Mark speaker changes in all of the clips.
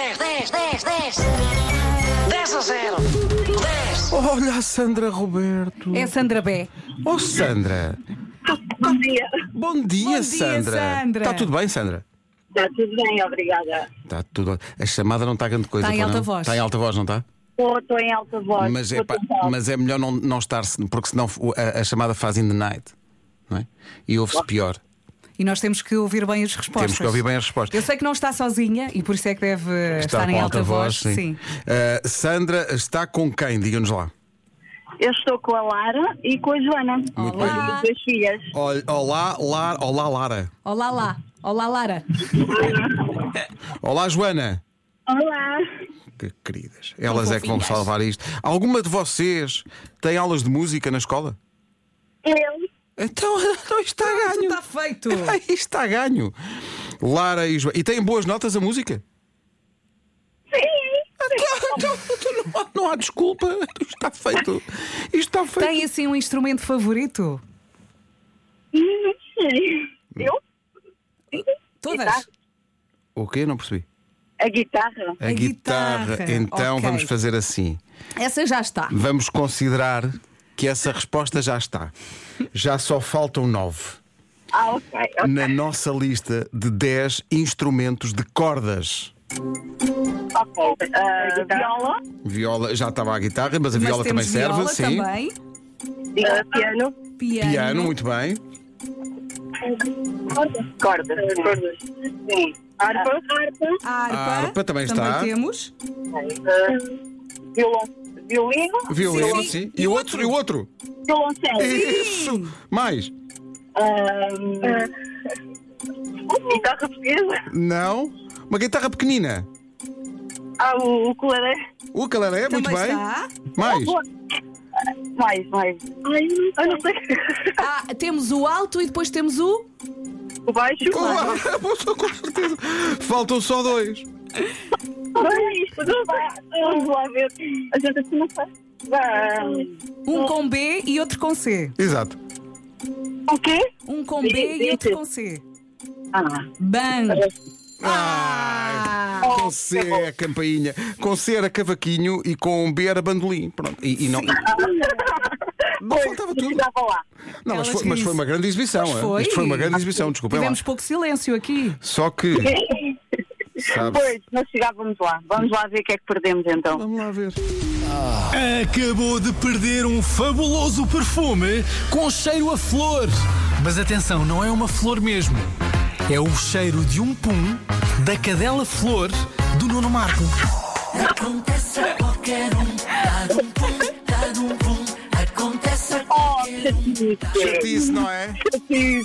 Speaker 1: 10, 10, 10. 10 a 0. 10.
Speaker 2: Olha a Sandra Roberto.
Speaker 3: É Sandra B.
Speaker 2: Oh, Sandra.
Speaker 4: Bom dia.
Speaker 2: Bom dia,
Speaker 3: dia, Sandra.
Speaker 2: Está tudo bem, Sandra?
Speaker 4: Está tudo bem, obrigada.
Speaker 2: Está tudo. A chamada não está grande coisa.
Speaker 3: Está Tá em
Speaker 2: pois
Speaker 3: alta
Speaker 2: não?
Speaker 3: voz.
Speaker 2: Está em alta voz, não está?
Speaker 4: Estou estou em alta voz.
Speaker 2: Mas é,
Speaker 4: estou
Speaker 2: pá,
Speaker 4: total.
Speaker 2: mas é melhor não, não estar, porque senão a, a chamada faz in the night. Não é? E ouve-se pior.
Speaker 3: E nós temos que ouvir bem as respostas.
Speaker 2: Temos que ouvir bem as respostas.
Speaker 3: Eu sei que não está sozinha e por isso é que deve eh, estar em alta voz. sim.
Speaker 2: Ah, Sandra está com quem? Diga-nos lá.
Speaker 4: Eu estou com a Lara e com a Joana.
Speaker 2: Muito
Speaker 3: Olá.
Speaker 2: bem.
Speaker 4: As duas filhas.
Speaker 2: Ol- Olá, Lara. Olá, Lara.
Speaker 3: Olá lá. Olá, Lara.
Speaker 2: Olá, Joana.
Speaker 4: Olá.
Speaker 2: Que queridas. Elas é que vão salvar isto. Alguma de vocês tem aulas de música na escola?
Speaker 4: Eu.
Speaker 2: Então, isto está a ganho.
Speaker 3: Está feito.
Speaker 2: Ah, Isto está a ganho. Lara e Joana. E têm boas notas a música?
Speaker 4: Sim.
Speaker 2: Então, então não, há, não há desculpa. Isto está feito. Isto está feito.
Speaker 3: Tem assim um instrumento favorito?
Speaker 4: Não sei. Eu?
Speaker 3: Todas.
Speaker 4: Guitarra.
Speaker 2: O quê? Não percebi.
Speaker 4: A guitarra.
Speaker 2: A,
Speaker 3: A
Speaker 2: guitarra.
Speaker 3: guitarra.
Speaker 2: Então
Speaker 3: Ok.
Speaker 2: vamos fazer assim.
Speaker 3: Essa já está.
Speaker 2: Vamos considerar que essa resposta já está. Já só faltam nove.
Speaker 4: Ah, ok. ok.
Speaker 2: Na nossa lista de 10 instrumentos de cordas.
Speaker 4: Ok. Ah, viola.
Speaker 2: Viola, já estava a guitarra, mas a viola
Speaker 3: Mas
Speaker 2: também
Speaker 3: temos
Speaker 2: serve,
Speaker 3: viola
Speaker 2: sim.
Speaker 3: também.
Speaker 4: ah, piano.
Speaker 3: Piano.
Speaker 2: Piano, muito bem.
Speaker 4: Cordas. Cordas. Ah, Sim. Harpa. Harpa.
Speaker 3: Harpa.
Speaker 2: Harpa também está.
Speaker 3: temos.
Speaker 4: Violão. Ah, Violino. É
Speaker 2: Violino,
Speaker 3: Sim.
Speaker 2: sim. E o outro? E o outro?
Speaker 4: Violoncelo.
Speaker 2: Isso! Mais?
Speaker 4: Ah, guitarra portuguesa.
Speaker 2: Não? Uma guitarra pequenina.
Speaker 4: Ah, o ukulele.
Speaker 2: O calaré, muito
Speaker 3: Também
Speaker 2: bem.
Speaker 3: está.
Speaker 2: Mais?
Speaker 4: Mais, mais. Ai, eu não sei.
Speaker 3: Ah, temos o alto e depois temos o.
Speaker 4: O baixo.
Speaker 2: Olá, com certeza. Faltam só dois.
Speaker 4: Olha isto. Não vai. Vamos lá ver. A gente assim não faz.
Speaker 3: Um com B e outro com C.
Speaker 2: Exato.
Speaker 4: O quê?
Speaker 3: Um com B e outro com C.
Speaker 4: Ah.
Speaker 3: Bang.
Speaker 2: Ai,
Speaker 3: Ah.
Speaker 4: Oh,
Speaker 2: com C é a campainha, com C era cavaquinho e com um B era bandolim. Pronto. E, e não, não faltava tudo.
Speaker 4: Estava lá.
Speaker 2: Não, mas
Speaker 3: Elas
Speaker 2: foi, mas
Speaker 3: dizem-
Speaker 2: foi uma grande exibição.
Speaker 3: Pois
Speaker 2: é?
Speaker 3: foi.
Speaker 2: Isto foi uma grande exibição, desculpem lá.
Speaker 3: Tivemos pouco silêncio aqui.
Speaker 2: Só que, sabe
Speaker 4: Pois, nós chegávamos lá. Vamos lá ver o que é que perdemos então.
Speaker 2: Vamos lá ver.
Speaker 5: Acabou de perder um fabuloso perfume com cheiro a flor. Mas atenção, não é uma flor mesmo. É o cheiro de um pum da cadela flor do Nuno Marco.
Speaker 6: Acontece a qualquer um, dar um pum, dar um pum, acontece a
Speaker 4: Oh,
Speaker 6: qualquer um.
Speaker 4: chatice.
Speaker 2: Chatice, não é?
Speaker 4: Chatice.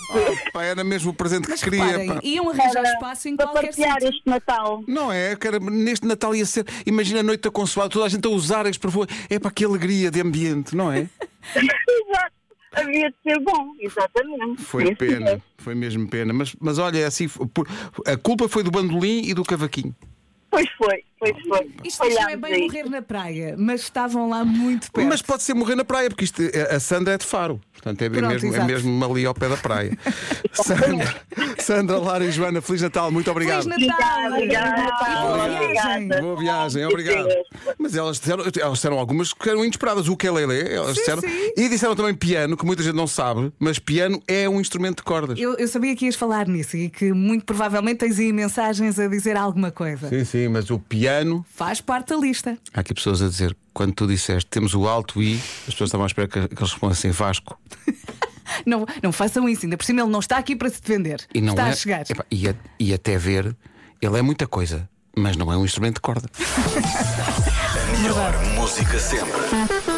Speaker 2: Pá, era mesmo o presente que queria.
Speaker 3: Parem,
Speaker 2: pá.
Speaker 3: iam arranjar espaço em
Speaker 4: Para
Speaker 3: qualquer
Speaker 4: partilhar
Speaker 3: sítio.
Speaker 4: este Natal.
Speaker 2: Não é? Cara, neste Natal ia ser. Imagina a noite da consoada, toda a gente a usar este perfume. É para que alegria de ambiente, não é?
Speaker 4: Exato. Havia de ser bom, exatamente.
Speaker 2: Foi
Speaker 4: é.
Speaker 2: pena, foi mesmo pena. Mas, mas olha, é assim, por- a culpa foi do bandolim e do cavaquinho.
Speaker 4: Pois foi, pois foi.
Speaker 3: Isto não é
Speaker 4: Falhámos
Speaker 3: bem
Speaker 4: aí.
Speaker 3: morrer na praia, mas estavam lá muito perto.
Speaker 2: Mas pode ser morrer na praia, porque isto, a Sandra é de faro. Portanto, é,
Speaker 3: Pronto,
Speaker 2: mesmo, é
Speaker 3: exato.
Speaker 2: mesmo ali ao pé da praia. Sandra, Sandra, Lara e Joana, Feliz Natal, muito obrigado.
Speaker 3: Feliz Natal!
Speaker 4: Obrigada, obrigada.
Speaker 2: Boa viagem, obrigado. Mas elas disseram, elas disseram algumas que eram inesperadas. O ukelele, elas disseram.
Speaker 3: sim.
Speaker 2: E disseram também piano, que muita gente não sabe, mas piano é um instrumento de cordas.
Speaker 3: Eu, eu sabia que ias falar nisso e que muito provavelmente tens aí mensagens a dizer alguma coisa.
Speaker 2: Sim, sim, mas o piano.
Speaker 3: Faz parte da lista.
Speaker 2: Há aqui pessoas a dizer, quando tu disseste temos o alto I, as pessoas estavam à espera que, que eles respondessem Vasco.
Speaker 3: Não, não façam isso, ainda por cima ele não está aqui para se defender.
Speaker 2: E não
Speaker 3: está
Speaker 2: é,
Speaker 3: a chegar.
Speaker 2: Epá, e, a- e até ver, ele é muita coisa, mas não é um instrumento de corda.
Speaker 7: Melhor música sempre.